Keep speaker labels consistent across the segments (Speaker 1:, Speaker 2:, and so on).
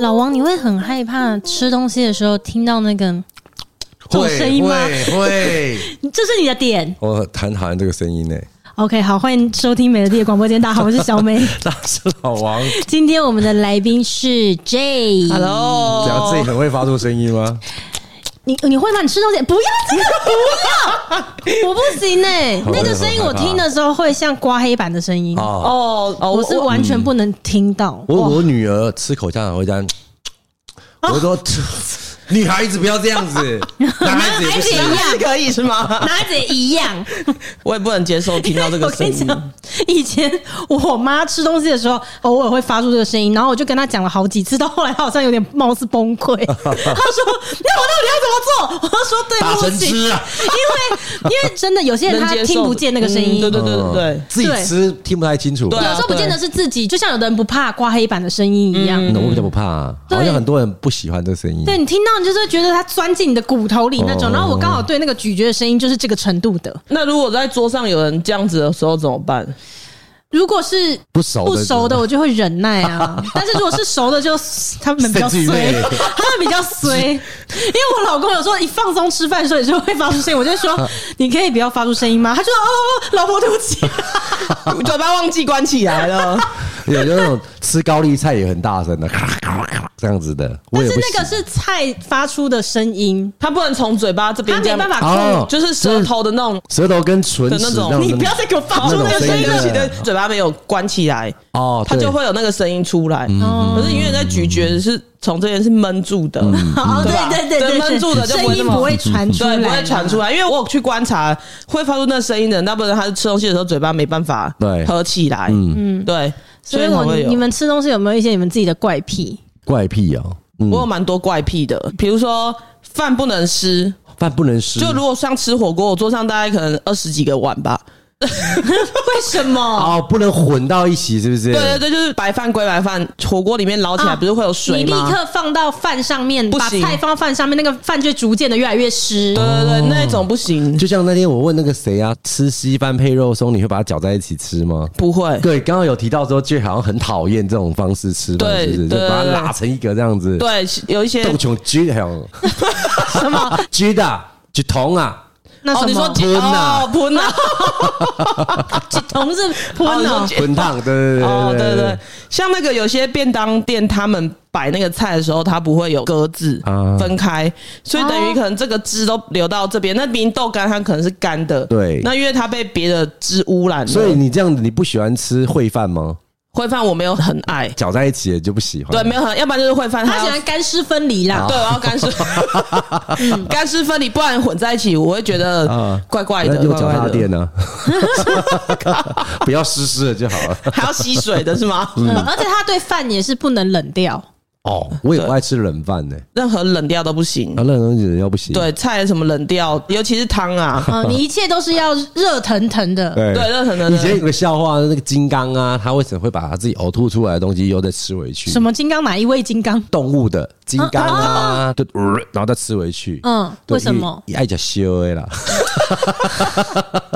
Speaker 1: 老王，你会很害怕吃东西的时候听到那个这种
Speaker 2: 会
Speaker 1: 声音吗？
Speaker 2: 会会，
Speaker 1: 这是你的点。
Speaker 2: 我很讨厌这个声音呢。
Speaker 1: OK，好，欢迎收听美乐蒂的广播间。大家好，我是小美。
Speaker 2: 大是老王，
Speaker 1: 今天我们的来宾是 J。
Speaker 2: 只要自己很会发出声音吗？
Speaker 1: 你你会怕你吃东西？不要这个，不要，我不行哎、
Speaker 2: 好
Speaker 1: 那个声音
Speaker 2: 我
Speaker 1: 我
Speaker 2: 也很害怕
Speaker 1: 听的时候会像刮黑板的声音，
Speaker 2: 哦，
Speaker 3: 哦哦，
Speaker 1: 我是完全不能听到。
Speaker 2: 我我女儿吃口香糖会这样，我说女孩子不要这样子，男孩子也不
Speaker 1: 男孩子也
Speaker 2: 行
Speaker 1: 要。
Speaker 3: 是可以是吗？
Speaker 1: 哪姐一样，
Speaker 3: 我也不能接受听到这个
Speaker 1: 我
Speaker 3: 声
Speaker 1: 跟你
Speaker 3: 音。
Speaker 1: 讲，以前我妈吃东西的时候，偶尔会发出这个声音，然后我就跟她讲了好几次，到后来她好像有点貌似崩 溃。她说：“那我到底要怎么做？”我说：“对
Speaker 2: 打
Speaker 1: 不
Speaker 2: 成
Speaker 1: 起，
Speaker 2: 汁啊！
Speaker 1: 因为因为真的有些人
Speaker 3: 能
Speaker 1: 他
Speaker 3: 接受
Speaker 1: 听不见那个声音，
Speaker 3: 嗯 对对对对对
Speaker 2: 嗯，自己吃听不太清楚。
Speaker 3: 对啊
Speaker 1: 有时候不见得是自己，就像有的人不怕刮黑板的声音一样。
Speaker 2: 嗯我比较不怕啊，
Speaker 1: 对
Speaker 2: 好像很多人不喜欢这个声音。
Speaker 1: 对你听到，你就是会觉得它钻进你的骨头里那种。
Speaker 2: 哦
Speaker 1: 然后我刚好对那个咀嚼的声音就是这个程度的。
Speaker 3: 那如果在桌上有人这样子的时候怎么办？
Speaker 1: 如果是
Speaker 2: 不熟的
Speaker 1: 不熟的，我就会忍耐 啊。但是如果是熟的就，他们比较
Speaker 2: 甚至于
Speaker 1: 衰，
Speaker 2: 累
Speaker 1: 他们比较 衰。因为我老公有时候一放松吃饭的时候，也是会发出声音，我就 说你可以不要发出声音吗？他就说哦，老婆对不起。
Speaker 3: 嘴巴忘记关起来了。
Speaker 2: 有有那种吃高丽菜也很大声的，咔啦咔啦咔啦这样子的， 我
Speaker 1: 但
Speaker 2: 也
Speaker 1: 是
Speaker 2: 不
Speaker 1: 那个
Speaker 2: 行。
Speaker 1: 是菜发出的声音，
Speaker 3: 他不能从嘴巴这
Speaker 1: 他
Speaker 3: 边这
Speaker 1: 没
Speaker 3: 样，
Speaker 1: 办法控嗯制。
Speaker 2: 哦
Speaker 3: 就是舌头的那种
Speaker 2: 舌头跟唇齿
Speaker 3: 的那种
Speaker 2: 那
Speaker 1: 你不要再给我发出那
Speaker 2: 那种
Speaker 1: 个声
Speaker 2: 声
Speaker 1: 音
Speaker 2: 音
Speaker 1: 了
Speaker 2: 真。
Speaker 3: 你的嘴巴没有关起来，
Speaker 2: 哦，
Speaker 3: 它
Speaker 2: 对
Speaker 3: 就会有那个声音出来。
Speaker 1: 哦
Speaker 3: 可是因为在咀嚼是从这边是闷住的，
Speaker 2: 嗯
Speaker 1: 哦，
Speaker 3: 对吧
Speaker 2: 啊
Speaker 1: 对对对对，
Speaker 3: 对闷住的就不
Speaker 1: 声
Speaker 3: 会那
Speaker 1: 音
Speaker 3: 么嗯
Speaker 1: 不会传出来，
Speaker 3: 对，不会传出来。因为我有去观察会发出那声音的人，大部分人他是吃东西的时候嘴巴没办法
Speaker 2: 对
Speaker 3: 合起来，嗯对，
Speaker 1: 所以
Speaker 3: 才
Speaker 1: 我
Speaker 3: 会有
Speaker 1: 你们吃东西有没有一些你们自己的怪癖？
Speaker 2: 怪癖哦，嗯
Speaker 3: 我有蛮多怪癖的，比如说饭不能湿，
Speaker 2: 饭不能湿。
Speaker 3: 就如果像吃火锅，我桌上大概可能二十几个碗吧。
Speaker 1: 为什么？
Speaker 2: 哦，不能混到一起，是不是？
Speaker 3: 对对对，就是白饭归白饭，火锅里面捞起来
Speaker 1: 啊
Speaker 3: 不是会有
Speaker 1: 你
Speaker 3: 水
Speaker 1: 立
Speaker 3: 吗？
Speaker 1: 刻放到饭上面，
Speaker 3: 不
Speaker 1: 把
Speaker 3: 行
Speaker 1: 菜放到饭上面，那个饭就会逐渐的越来越湿。
Speaker 3: 对对对，那种不行，
Speaker 2: 就像那天我问那个谁啊，吃稀饭配肉松，你会把它搅在一起吃吗？
Speaker 3: 不会。
Speaker 2: 对，刚刚有提到说，就好像很讨厌这种方式吃饭，是
Speaker 3: 对
Speaker 2: 不是？就
Speaker 3: 对
Speaker 2: 把它拉成一个这样子。，
Speaker 3: 对，有一些
Speaker 2: 豆穷鸡还有
Speaker 1: 什 么？
Speaker 2: 鸡的鸡同啊，
Speaker 1: 那什
Speaker 3: 哦，你说
Speaker 1: 么？
Speaker 3: 几
Speaker 2: 喷啊
Speaker 3: 哦喷啊，
Speaker 1: 同志喷
Speaker 3: 哦你说
Speaker 1: 哦
Speaker 3: 几
Speaker 2: 滚烫，对对
Speaker 3: 哦，
Speaker 2: 对
Speaker 3: 对对对，像那个有些便当店，他们摆那个菜的时候，它不会有格子
Speaker 2: 啊
Speaker 3: 分开，所以等
Speaker 1: 哦
Speaker 3: 于可能这个汁都流到这边。那明豆干它可能是干的，
Speaker 2: 对
Speaker 3: 那因为它被别的汁污染了，
Speaker 2: 所以你这样子，你不喜欢吃烩饭吗？
Speaker 3: 烩饭我没有很爱，
Speaker 2: 搅在一起也就不喜欢。
Speaker 3: 对，没有很，要不然就是烩 饭，
Speaker 1: 他
Speaker 3: 它要
Speaker 1: 喜欢干湿分离啦
Speaker 3: 对，。我要干湿， 干湿分离，不然混在一起，我会觉得
Speaker 2: 啊
Speaker 3: 怪怪
Speaker 2: 那
Speaker 3: 的，
Speaker 2: 用
Speaker 3: 怪
Speaker 2: 脚
Speaker 3: 怪
Speaker 2: 踏
Speaker 3: 的，
Speaker 2: 垫呢？ 不要湿湿的就好了。
Speaker 3: 还要吸水的是 吗？
Speaker 1: 嗯，而且他对饭也是不能冷掉。
Speaker 2: 哦，我也不爱吃冷饭呢，
Speaker 3: 任何冷掉都不行
Speaker 2: 啊，，那东西要不行。
Speaker 3: 对，菜什么冷掉，尤其是汤啊，
Speaker 1: 嗯，你一切都是要热腾腾的。
Speaker 2: 对
Speaker 3: 对，任何冷
Speaker 2: 以前有个笑话，那个金刚啊，他为什么会把他自己呕吐出来的东西又再吃回去？
Speaker 1: 什么金刚哪一位金刚？
Speaker 2: 动物的金刚啊，就、呃然后再吃回去。
Speaker 1: 嗯
Speaker 2: 对
Speaker 1: 为什么？
Speaker 2: 因为爱讲 C O A 啦，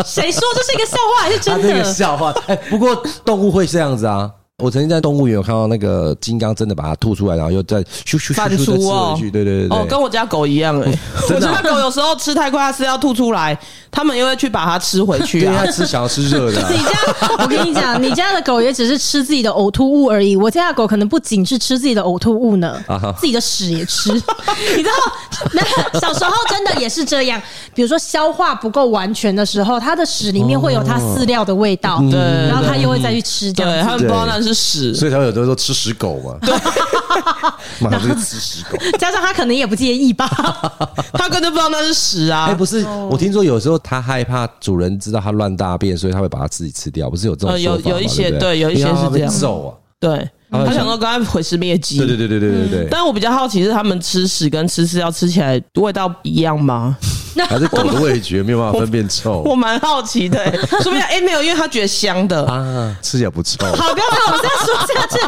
Speaker 1: 谁说这是一个笑话还是
Speaker 2: 他
Speaker 1: 真
Speaker 2: 这个
Speaker 1: 的？
Speaker 2: 笑话。哎、不过动物会这样子啊。我曾经在动物园有看到那个金刚真的把它吐出来，然后又再咻咻咻咻
Speaker 3: 反
Speaker 2: 再吃
Speaker 3: 刍哦
Speaker 2: 回去。对对对对，
Speaker 3: 哦，跟我家狗一 样哎、
Speaker 2: 真
Speaker 3: 我
Speaker 2: 的啊
Speaker 3: 家狗有时候吃太快，它是要吐出来，他们又会去把它吃回去
Speaker 2: 因为
Speaker 3: 啊
Speaker 2: 它。吃想要吃热的啊、
Speaker 1: 你家，我跟你讲，你家的狗也只是吃自己的呕吐物而已。我家的狗可能不仅是吃自己的呕吐物呢
Speaker 2: 啊哈，
Speaker 1: 自己的屎也吃。你知道，那小时候真的也是这样。比如说消化不够完全的时候，它的屎里面会有它饲料的味道，
Speaker 3: 对
Speaker 1: 然后它又会再去吃这
Speaker 3: 对，
Speaker 1: 样
Speaker 3: 他
Speaker 1: 子。
Speaker 3: 们不知道那是屎。
Speaker 2: 所以才会有的说吃屎狗嘛。对， 妈这个吃屎 狗。
Speaker 1: 加上它可能也不介意吧。
Speaker 3: 他根本就不知道那是屎
Speaker 2: 哎、
Speaker 3: 啊！
Speaker 2: 不是，我听说有时候它害怕主人知道它乱大便，所以它会把它自己吃掉，不是有这种
Speaker 3: 呃有
Speaker 2: 说法吗
Speaker 3: 有一些
Speaker 2: 对不
Speaker 3: 对有一些
Speaker 2: 因为它
Speaker 3: 是这样嗯
Speaker 2: 会揍啊，
Speaker 3: 对，
Speaker 2: 嗯
Speaker 3: 他想说刚才毁尸灭迹。
Speaker 2: 对对对对对对对。
Speaker 3: 但我比较好奇是他们吃屎跟吃饲料吃起来味道一样吗？
Speaker 2: 还是狗的味觉没有办法分辨臭
Speaker 3: 我蛮好奇的、欸，说不定哎、没有，因为他觉得香的。
Speaker 2: 啊？吃起来不臭，
Speaker 1: 好，不要再往下说下去。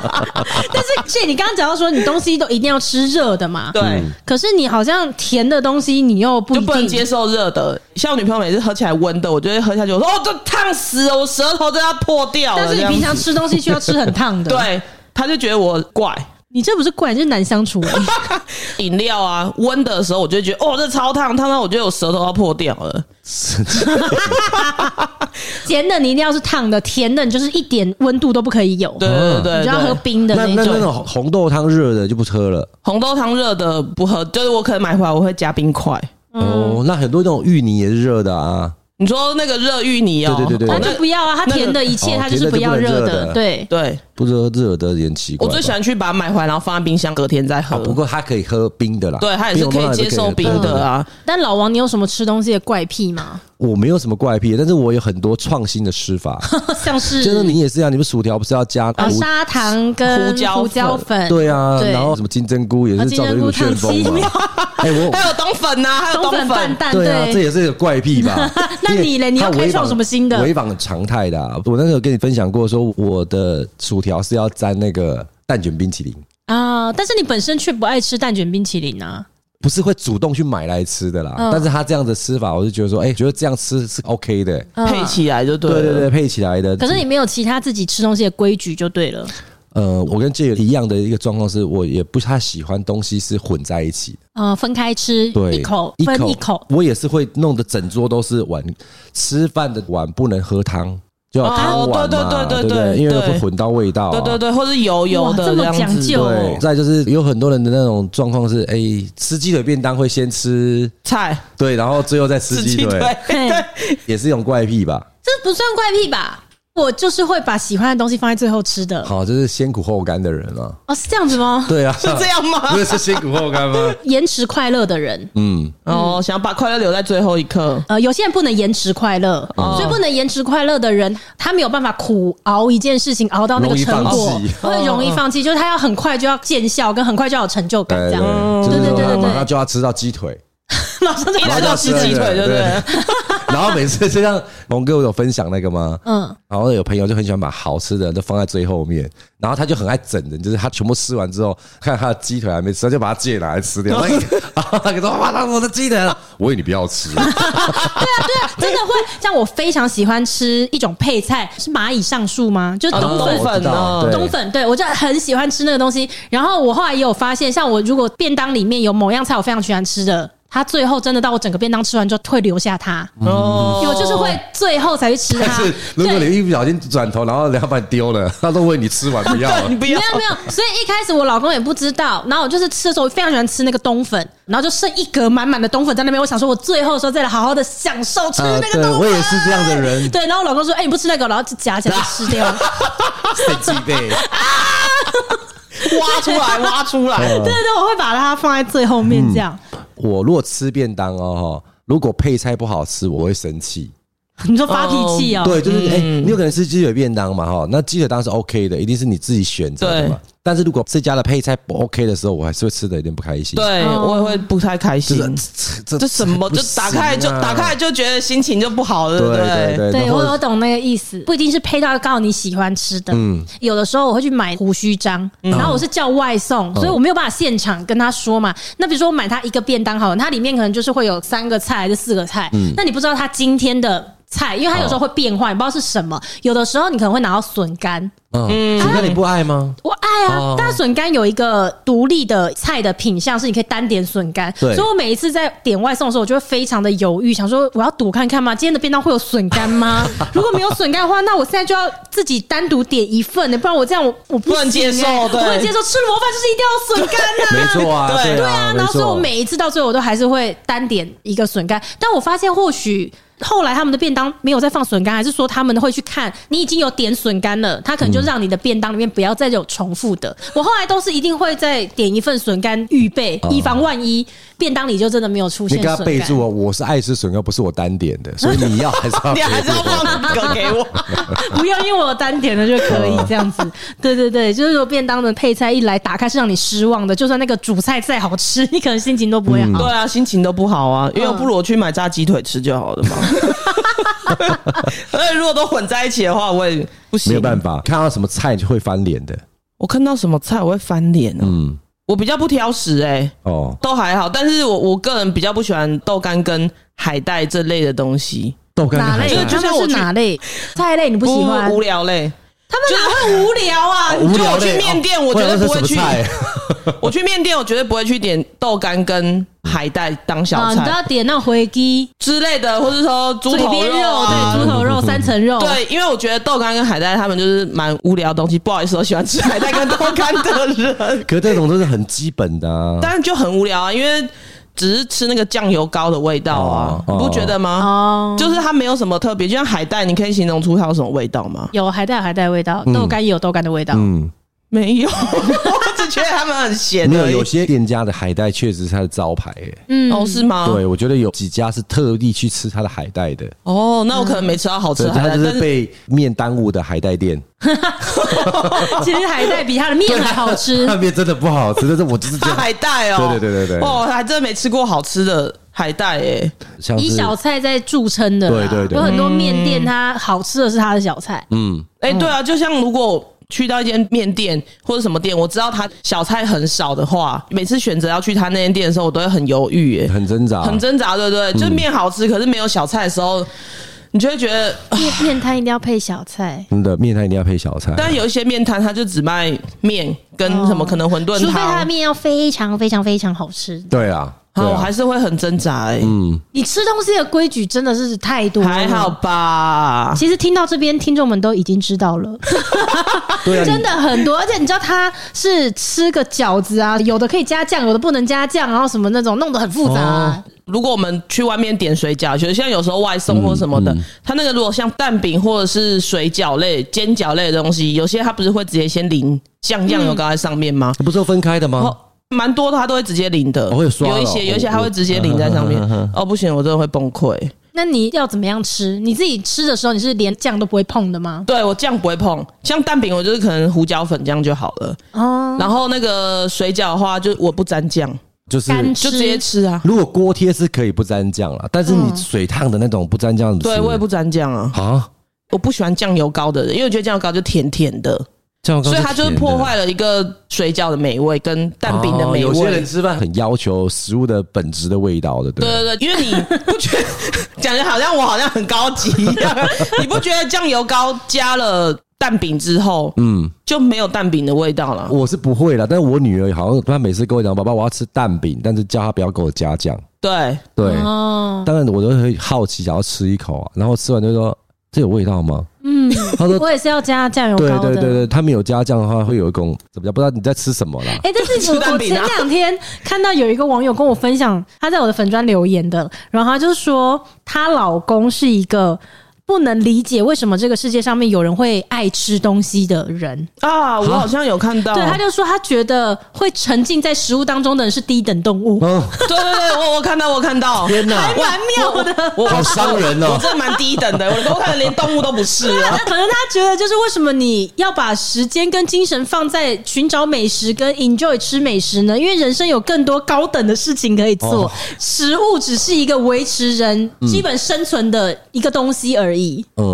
Speaker 1: 但是，谢，你刚刚讲到说，你东西都一定要吃热的嘛？
Speaker 3: 对，
Speaker 2: 嗯
Speaker 1: 可是你好像甜的东西，你又不
Speaker 3: 就
Speaker 1: 一
Speaker 3: 不能接
Speaker 1: 定。
Speaker 3: 受热的。像我女朋友每次喝起来温的，我就会喝下去，我说哦，这烫死了，我舌头都要破掉了。
Speaker 1: 但是你
Speaker 3: 这样
Speaker 1: 平常吃东西需要吃很烫的，，
Speaker 3: 对，他就觉得我怪。
Speaker 1: 你这不是怪，你这是难相处欸而已。
Speaker 3: 饮料啊，温的时候我就会觉得哦，这超烫，烫到我觉得我舌头要破掉了。
Speaker 1: 甜的你一定要是烫的，甜的你就是一点温度都不可以有，
Speaker 3: 对对对
Speaker 1: 嗯你就要
Speaker 3: 对
Speaker 1: 喝冰的
Speaker 2: 那那
Speaker 1: 那
Speaker 2: 那
Speaker 1: 种。
Speaker 2: 种红豆汤热的就不喝了。
Speaker 3: 红豆汤热的不喝，就是我可能买回来我会加冰块。
Speaker 2: 哦，那很多那种芋泥也是热的啊，
Speaker 3: 你说那个热芋泥哦，
Speaker 2: 对对对对
Speaker 1: 他
Speaker 3: 我
Speaker 1: 就
Speaker 3: 那
Speaker 1: 不要啊，他
Speaker 3: 那个
Speaker 1: 甜的一切
Speaker 2: 哦
Speaker 1: 他就是不要
Speaker 2: 甜的就不能热
Speaker 1: 的，
Speaker 2: 的
Speaker 1: 对。
Speaker 3: 对
Speaker 2: 不喝热的也很奇怪
Speaker 3: 我
Speaker 2: 吧。
Speaker 3: 最喜欢去把它买回来，然后放在冰箱，隔天再喝。
Speaker 2: 啊，不过它可以喝冰的啦，
Speaker 3: 对他也是可以接受冰
Speaker 2: 对对对
Speaker 3: 的啊。
Speaker 1: 但老王，你有什么吃东西的怪癖吗？
Speaker 2: 我没有什么怪癖，但是我有很多创新的 吃法。
Speaker 1: 像是
Speaker 2: 真的，你也是啊，你们薯条不是要加
Speaker 1: 啊，
Speaker 2: 胡
Speaker 1: 砂糖跟
Speaker 3: 胡椒
Speaker 1: 胡椒粉，
Speaker 2: 对啊，
Speaker 1: 对
Speaker 2: 然后什么金针菇也
Speaker 1: 啊
Speaker 2: 是
Speaker 1: 金
Speaker 2: 造成
Speaker 1: 针
Speaker 2: 一
Speaker 1: 菇
Speaker 2: 股
Speaker 1: 汤
Speaker 2: 旋风
Speaker 1: 奇妙
Speaker 2: 嘛。， 哎， 我
Speaker 3: 还有冬粉呐、啊，还有
Speaker 1: 哦冬粉
Speaker 3: 粉
Speaker 1: 拌蛋，？
Speaker 2: 对啊，这也是一个怪癖吧
Speaker 1: 那你嘞你要
Speaker 2: 因为它
Speaker 1: 开创
Speaker 2: 违反
Speaker 1: 什么新的
Speaker 2: 违反常态的啊。我那时候跟你分享过，说我的薯条是要沾那个蛋卷冰淇淋，
Speaker 1: 啊，但是你本身却不爱吃蛋卷冰淇淋啊，
Speaker 2: 不是会主动去买来吃的啦。
Speaker 1: 嗯
Speaker 2: 但是他这样的吃法，我就觉得说，哎，觉得这样吃是 OK 的。
Speaker 1: 嗯
Speaker 3: 配。起来就对了。
Speaker 2: 对对对，配起来的。
Speaker 1: 可是你没有其他自己吃东西的规矩就对了
Speaker 2: 呃，我跟 J 一样的一个状况是，我也不太喜欢东西是混在一起的。
Speaker 1: 啊，分开吃
Speaker 2: 对，
Speaker 1: 一口，分一口，
Speaker 2: 我也是会弄得整桌都是碗，吃饭的碗不能喝汤，就要汤
Speaker 3: 哦
Speaker 2: 碗嘛，
Speaker 3: 对对对
Speaker 2: 不
Speaker 3: 对对
Speaker 2: 因为会混到味道、啊。
Speaker 3: 对对对，或是油油
Speaker 1: 哇
Speaker 3: 的
Speaker 1: 这么
Speaker 3: 样子。
Speaker 1: 讲究
Speaker 2: 对再就是有很多人的那种状况是，哎、吃鸡腿便当会先吃
Speaker 3: 菜
Speaker 2: 对，然后最后再吃鸡腿，
Speaker 1: 嘿
Speaker 2: 也是一种怪癖吧？
Speaker 1: 这不算怪癖吧？我就是会把喜欢的东西放在最后吃的。
Speaker 2: 好，就是先苦后甘的人啊。
Speaker 1: 哦，是这样子吗？
Speaker 2: 对啊，
Speaker 3: 是这样吗
Speaker 2: 不？是是先苦后甘吗？
Speaker 1: 延迟快乐的人，
Speaker 2: 嗯，
Speaker 3: 哦，想要把快乐留在最后一刻。
Speaker 1: 呃，有些人不能延迟快乐，
Speaker 2: 哦
Speaker 1: 所以不能延迟快乐的人，他没有办法苦熬一件事情，熬到那个
Speaker 2: 容易
Speaker 1: 成
Speaker 2: 放
Speaker 1: 果
Speaker 2: 弃，
Speaker 1: 会容易放弃。就是他要很快就要见效，跟很快就要有成就感，
Speaker 2: 对
Speaker 1: 这
Speaker 2: 对
Speaker 1: 样
Speaker 2: 对，就是
Speaker 1: 对对
Speaker 2: 说
Speaker 1: 对
Speaker 2: 他
Speaker 1: 对
Speaker 2: 马上就要吃到鸡腿。
Speaker 1: 马上就
Speaker 3: 一
Speaker 1: 把它
Speaker 3: 直都吃鸡腿，对不对？
Speaker 2: 然后每次就像龙哥有分享那个吗？
Speaker 1: 嗯，
Speaker 2: 然后有朋友就很喜欢把好吃的都放在最后面，然后他就很爱整人，就是他全部吃完之后，看他的鸡腿还没吃，他就把他鸡腿拿来吃掉。
Speaker 3: 嗯
Speaker 2: 那个然后他就说：“哇，那我的鸡腿了！”我以为你不要吃，
Speaker 1: 真的会像我非常喜欢吃一种配菜，是蚂蚁上树吗？就是冬粉
Speaker 3: 哦。
Speaker 2: 我知道
Speaker 3: 对
Speaker 1: 冬
Speaker 2: 对
Speaker 1: 粉，对我就很喜欢吃那个东西。然后我后来也有发现，像我如果便当里面有某样菜我非常喜欢吃的，它最后真的到我整个便当吃完之后会留下它，
Speaker 3: 哦，
Speaker 1: 我就是会最后才去吃
Speaker 2: 嗯但
Speaker 1: 它
Speaker 2: 是。如果
Speaker 1: 对，
Speaker 2: 你一不小心转头，然后人家把你丢了，他都为你吃完不要
Speaker 3: 对，
Speaker 2: 了
Speaker 3: 你。不
Speaker 1: 没
Speaker 3: 要
Speaker 1: 有 没有，所以一开始我老公也不知道，然后我就是吃的时候我非常喜欢吃那个冬粉，然后就剩一格满满的冬粉在那边，我想说我最后的时候再来好好的享受吃呃 那
Speaker 2: 啊
Speaker 1: 个冬
Speaker 2: 对
Speaker 1: 粉。
Speaker 2: 我也是这样的人，
Speaker 1: 对，然后我老公说：“哎、你不吃那个，然后就夹起来就吃 掉。
Speaker 2: 神经病。
Speaker 3: 挖出来，挖出来。
Speaker 1: 对对对，我会把它放在最后面这样。
Speaker 2: 我如果吃便当哦，如果配菜不好吃，我会生气。
Speaker 1: 你说发脾气
Speaker 3: 啊
Speaker 1: 哦、
Speaker 2: 对，
Speaker 3: 嗯
Speaker 2: 就是哎、你有可能吃鸡腿便当嘛哈，那鸡腿当然是 OK 的，一定是你自己选择的嘛。但是如果这家的配菜不 OK 的时候，我还是会吃的有点不开心。，
Speaker 3: 对，
Speaker 1: 哦
Speaker 3: 我也会不太开
Speaker 2: 就
Speaker 3: 心。
Speaker 2: 是这
Speaker 3: 这什么？就打开来就打开，来就觉得心情就不好了，
Speaker 2: 这
Speaker 3: 对
Speaker 2: 不
Speaker 3: 不
Speaker 2: 行啊对
Speaker 3: 对？
Speaker 2: 对
Speaker 1: 对
Speaker 2: 然
Speaker 1: 我
Speaker 2: 后
Speaker 1: 我懂那个意思，不一定是配到刚好你喜欢吃的。嗯，有的时候我会去买胡须章，然后我是叫外送，所以我没有办法现场跟他说嘛。那比如说我买他一个便当好了，它里面可能就是会有三个菜还是四个菜，那你不知道他今天的。菜，因为它有时候会变换，你不知道是什么。有的时候你可能会拿到笋干，
Speaker 2: 嗯，那你不爱吗？
Speaker 1: 我爱啊
Speaker 2: 哦！
Speaker 1: 但笋干有一个独立的菜的品相，是你可以单点笋干。所
Speaker 2: 对
Speaker 1: 以我每一次在点外送的时候，我就会非常的犹豫，想说我要赌看看吗？今天的便当会有笋干吗？如果没有笋干的话，那我现在就要自己单独点一份的，不然我这样我我不
Speaker 3: 不能接
Speaker 1: 行
Speaker 3: 受
Speaker 1: 欸我不
Speaker 3: 对
Speaker 1: 能接受吃螺饭就是一定要有笋干呐。
Speaker 2: 没错啊，
Speaker 3: 对
Speaker 2: 对
Speaker 1: 对啊，
Speaker 2: 没
Speaker 1: 然后所以我
Speaker 2: 错。
Speaker 1: 每一次到最后我都还是会单点一个笋干，但我发现或许。后来他们的便当没有再放笋干，还是说他们会去看你已经有点笋干了，他可能就让你的便当里面不要再有重复的。我后来都是一定会再点一份笋干预备，以防万一。便当里就真的没有出
Speaker 2: 你
Speaker 1: 现
Speaker 2: 跟他
Speaker 1: 笋
Speaker 2: 备
Speaker 1: 干
Speaker 2: 注哦，我是爱吃笋干，不是我单点的，所以你要还是 要
Speaker 3: 你还是要放个给我，
Speaker 1: 不要，因为我有单点的就可以这样子。对对对，就是说便当的配菜一来，打开是让你失望的。就算那个主菜再好吃，你可能心情都不会好。
Speaker 3: 对啊，心情都不好啊，因为不如我去买炸鸡腿吃就好了嘛。 那如果都混在一起的话，我也不行，
Speaker 2: 没有办。法，看到什么菜就会翻脸的。
Speaker 3: 我看到什么菜我会翻脸哦、
Speaker 2: 嗯，
Speaker 3: 我比较不挑食哎、
Speaker 2: 哦，
Speaker 3: 都还好，但是我我个人比较不喜欢豆干跟海带这类的东西，
Speaker 2: 豆干跟
Speaker 1: 哪
Speaker 2: 海
Speaker 1: 类
Speaker 2: 带
Speaker 1: 啊？
Speaker 3: 就
Speaker 1: 他
Speaker 3: 像
Speaker 1: 们
Speaker 3: 我
Speaker 1: 是
Speaker 3: 去
Speaker 1: 哪类菜类？你不喜欢？
Speaker 3: 无聊类。
Speaker 1: 他们啊哪会无聊 啊？
Speaker 2: 哦无
Speaker 3: 就
Speaker 2: 聊
Speaker 3: 我去
Speaker 2: 类
Speaker 3: 面店
Speaker 2: 哦
Speaker 3: 我绝对
Speaker 2: 想
Speaker 3: 不
Speaker 2: 说
Speaker 3: 会
Speaker 2: 什么
Speaker 3: 去
Speaker 2: 菜
Speaker 3: 我去面店，我绝对不会去点豆干跟海带当小
Speaker 1: 啊，你都要
Speaker 3: 菜
Speaker 1: 点那回鸡、
Speaker 3: 之类的，或者说猪
Speaker 1: 嘴
Speaker 3: 头
Speaker 1: 边
Speaker 3: 肉
Speaker 1: 肉、
Speaker 3: 啊
Speaker 1: 对，猪头肉、三层肉，
Speaker 3: 对，因为我觉得豆干跟海带他们就是蛮无聊的东西。不好意思，我喜欢吃海带跟豆干的人，
Speaker 2: 可是这种都是很基本的啊。
Speaker 3: 当然就很无聊啊，因为只是吃那个酱油膏的味道啊，
Speaker 2: 哦
Speaker 3: 你不觉得吗？
Speaker 1: 哦，
Speaker 3: 就是它没有什么特别，就像海带，你可以形容出它有什么味道吗？
Speaker 1: 有海带有海带的味
Speaker 3: 嗯
Speaker 1: 道，豆干也有豆干的味道。
Speaker 2: 嗯，
Speaker 3: 没有， 我只觉得他们很咸
Speaker 2: 没有
Speaker 3: 而已
Speaker 2: 有些店家的海带确实是它的招牌耶。
Speaker 1: 嗯
Speaker 3: 哦，是吗？
Speaker 2: 对，我觉得有几家是特地去吃它的海带的，
Speaker 3: 哦，那我可能没吃到好吃
Speaker 2: 对，
Speaker 3: 的海
Speaker 2: 它
Speaker 3: 带，
Speaker 2: 就
Speaker 3: 但
Speaker 2: 是
Speaker 3: 是
Speaker 2: 被面耽误的海带店。
Speaker 1: 其实海带比它的面还好吃
Speaker 2: 那。边真的不好吃，但是我就是这
Speaker 3: 它
Speaker 2: 样，
Speaker 3: 海带哦，
Speaker 2: 对对对对对
Speaker 3: 哦，还真的没吃过好吃的海带诶。
Speaker 2: 像
Speaker 1: 以
Speaker 2: 是
Speaker 1: 小菜在著称的啦，
Speaker 2: 对对对
Speaker 1: 有很多面店它好吃的是它的小菜，
Speaker 2: 嗯，
Speaker 3: 哎、对啊，就像如果去到一间面店或者什么店，我知道它小菜很少的话，每次选择要去他那间店的时候，我都会很犹豫、哎，
Speaker 2: 很挣扎，
Speaker 3: 很挣扎，对不对？就面好吃，可是没有小菜的时候，你就会觉得，啊
Speaker 1: 面面摊一定要配小菜。
Speaker 2: 真的面摊一定要配小菜，
Speaker 3: 但有一些面摊它就只卖面跟什么，可能馄饨
Speaker 1: 除非它的
Speaker 3: 汤，
Speaker 1: 面要非常非常非常好吃。
Speaker 2: 对啊，
Speaker 3: 啊，
Speaker 2: 对
Speaker 3: 我
Speaker 2: 啊，
Speaker 3: 还是会很挣扎、哎、
Speaker 2: 嗯，
Speaker 1: 你吃东西的规矩真的是太多了，
Speaker 3: 还好。吧？
Speaker 1: 其实听到这边，听众们都已经知道了，
Speaker 2: 对啊，
Speaker 1: 真的很多。而且你知道，他是吃个饺子啊，有的可以加酱，有的不能加酱，然后什么那种弄得很复杂、啊。
Speaker 2: 哦
Speaker 3: 如果我们去外面点水饺，就是像有时候外送或什么的，它那个如果像蛋饼或者是水饺类、煎饺类的东西，有些它不是会直接先淋酱酱油膏在上面吗？
Speaker 2: 你不是都分开的
Speaker 3: 然
Speaker 2: 吗
Speaker 3: 后？蛮多的，它都嗯会直接淋的。
Speaker 2: 哦会有刷的哦
Speaker 3: 有一些，有一些
Speaker 2: 我
Speaker 3: 它会直接淋在上面
Speaker 2: 嗯嗯嗯嗯。
Speaker 3: 哦，不行，我真的会崩溃。
Speaker 1: 那你要怎么样吃？你自己吃的时候，你是连酱都不会碰的吗？
Speaker 3: 对我酱不会碰，像蛋饼我就是可能胡椒粉这样就好了。
Speaker 1: 哦，
Speaker 3: 然后那个水饺的话，就我不沾酱，
Speaker 2: 就是
Speaker 1: 干
Speaker 3: 就直接吃啊。
Speaker 2: 如果锅贴是可以不沾酱了，但是你水烫的那种不沾酱是是，
Speaker 3: 哦对我也不沾酱啊，
Speaker 2: 啊，
Speaker 3: 我不喜欢酱油膏的人，因为我觉得酱油膏就甜甜的。
Speaker 2: 酱油膏
Speaker 3: 所以它
Speaker 2: 甜的
Speaker 3: 就是破坏了一个水饺的美味跟蛋饼的
Speaker 2: 哦
Speaker 3: 美
Speaker 2: 有些
Speaker 3: 味。
Speaker 2: 人吃饭很要求食物的本质的味道的，对不
Speaker 3: 对
Speaker 2: 对。
Speaker 3: 对对，因为你不觉得讲的好像我好像很高级一样，你不觉得酱油膏加了蛋饼之后，嗯，就没有蛋饼的味道了？
Speaker 2: 我是不会啦，但是我女儿好像她每次跟我讲，爸爸我要吃蛋饼，但是叫她不要给我加酱。
Speaker 3: 对，
Speaker 2: 对，
Speaker 1: 哦，
Speaker 2: 当然我都会好奇，想要吃一口啊，然后吃完就说这有味道吗？
Speaker 1: 嗯，
Speaker 2: 她说
Speaker 1: 我也是要加酱油
Speaker 2: 对
Speaker 1: 膏的。
Speaker 2: 对对对，他们有加酱的话，会有一种怎么讲？不知道你在吃什么啦。
Speaker 1: 哎、但是
Speaker 3: 吃
Speaker 1: 我
Speaker 3: 蛋
Speaker 1: 我
Speaker 3: 饼啊
Speaker 1: 前两天看到有一个网友跟我分享，她在我的粉砖留言的，然后她就说她老公是一个不能理解为什么这个世界上面有人会爱吃东西的人，
Speaker 3: 啊，我好像有看到，
Speaker 1: 对，她就说她觉得会沉浸在食物当中的人是低等动物，
Speaker 2: 哦，
Speaker 3: 对对对，我我看到我看到，
Speaker 2: 天哪，
Speaker 1: 蛮妙的。
Speaker 3: 我
Speaker 2: 好伤人哦
Speaker 3: 我真的蛮低等的，我我可能连动物都不是啊。
Speaker 1: 可能她觉得就是为什么你要把时间跟精神放在寻找美食跟 enjoy 吃美食呢？因为人生有更多高等的事情可以做，
Speaker 2: 哦
Speaker 1: 食物只是一个维持人基本生存的一个东西而已。
Speaker 2: 嗯，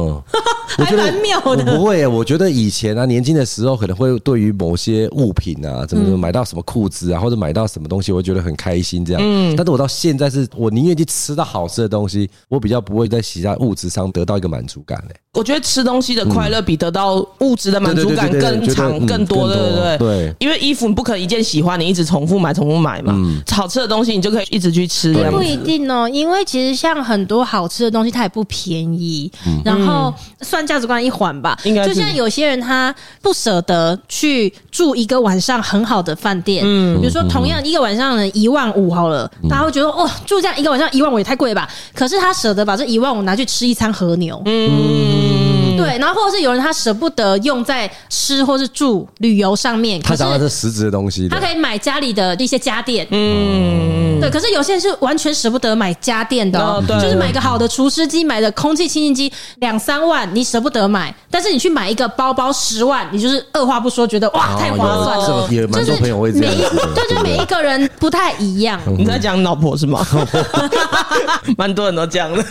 Speaker 1: 还
Speaker 2: 我觉
Speaker 1: 蛮
Speaker 2: 得
Speaker 1: 妙
Speaker 2: 我
Speaker 1: 的。
Speaker 2: 不会耶，我觉得以前啊，年轻的时候可能会对于某些物品啊，怎么
Speaker 1: 嗯
Speaker 2: 怎么买到什么裤子啊，或者买到什么东西，我会觉得很开心这样。
Speaker 1: 嗯
Speaker 2: 但是我到现在是我宁愿去吃到好吃的东西，我比较不会在其他物质上得到一个满足感嘞。
Speaker 3: 我觉得吃东西的快乐比得到物质的满足感
Speaker 2: 嗯对对对对
Speaker 3: 更
Speaker 2: 对
Speaker 3: 长、
Speaker 2: 觉得嗯
Speaker 3: 更多，
Speaker 2: 更
Speaker 3: 对
Speaker 2: 多
Speaker 3: 对
Speaker 2: 对
Speaker 3: 因为衣服你不可能一件喜欢，你一直重复买、重复买嘛。
Speaker 2: 嗯
Speaker 3: 好吃的东西你就可以一直去吃，这样
Speaker 1: 不
Speaker 3: 子
Speaker 1: 一定哦，因为其实像很多好吃的东西，它也不便宜。然后算价值观一环吧，
Speaker 3: 嗯应该是
Speaker 1: 就像有些人他不舍得去住一个晚上很好的饭店，
Speaker 3: 嗯
Speaker 1: 比如说同样一个晚上的一万五好了，大家会觉得哦，住这样一个晚上一万五也太贵吧？可是他舍得把这一万五拿去吃一餐和牛，嗯，对，然后或者是有人他舍不得用在吃或是住旅游上面，
Speaker 2: 他
Speaker 1: 可
Speaker 2: 想要这
Speaker 1: 是
Speaker 2: 实质的东西的
Speaker 1: 他，可以买家里的一些家电，
Speaker 3: 嗯，
Speaker 1: 对，可是有些人是完全舍不得买家电的、哦
Speaker 3: 哦对
Speaker 1: 就是买个好的除湿机，买的空气清净机两三万，你舍不得买，但是你去买一个包包十万，你就是二话不说，觉得哇、
Speaker 2: 哦
Speaker 1: 太划算了。
Speaker 2: 有是有蛮
Speaker 1: 就是
Speaker 2: 多朋友会这
Speaker 1: 每
Speaker 2: 样
Speaker 1: 一
Speaker 2: 子的，
Speaker 1: 对，就是每一个人不太一样。
Speaker 2: 嗯
Speaker 3: 你在讲老婆 是吗？ 蛮多人都这样的，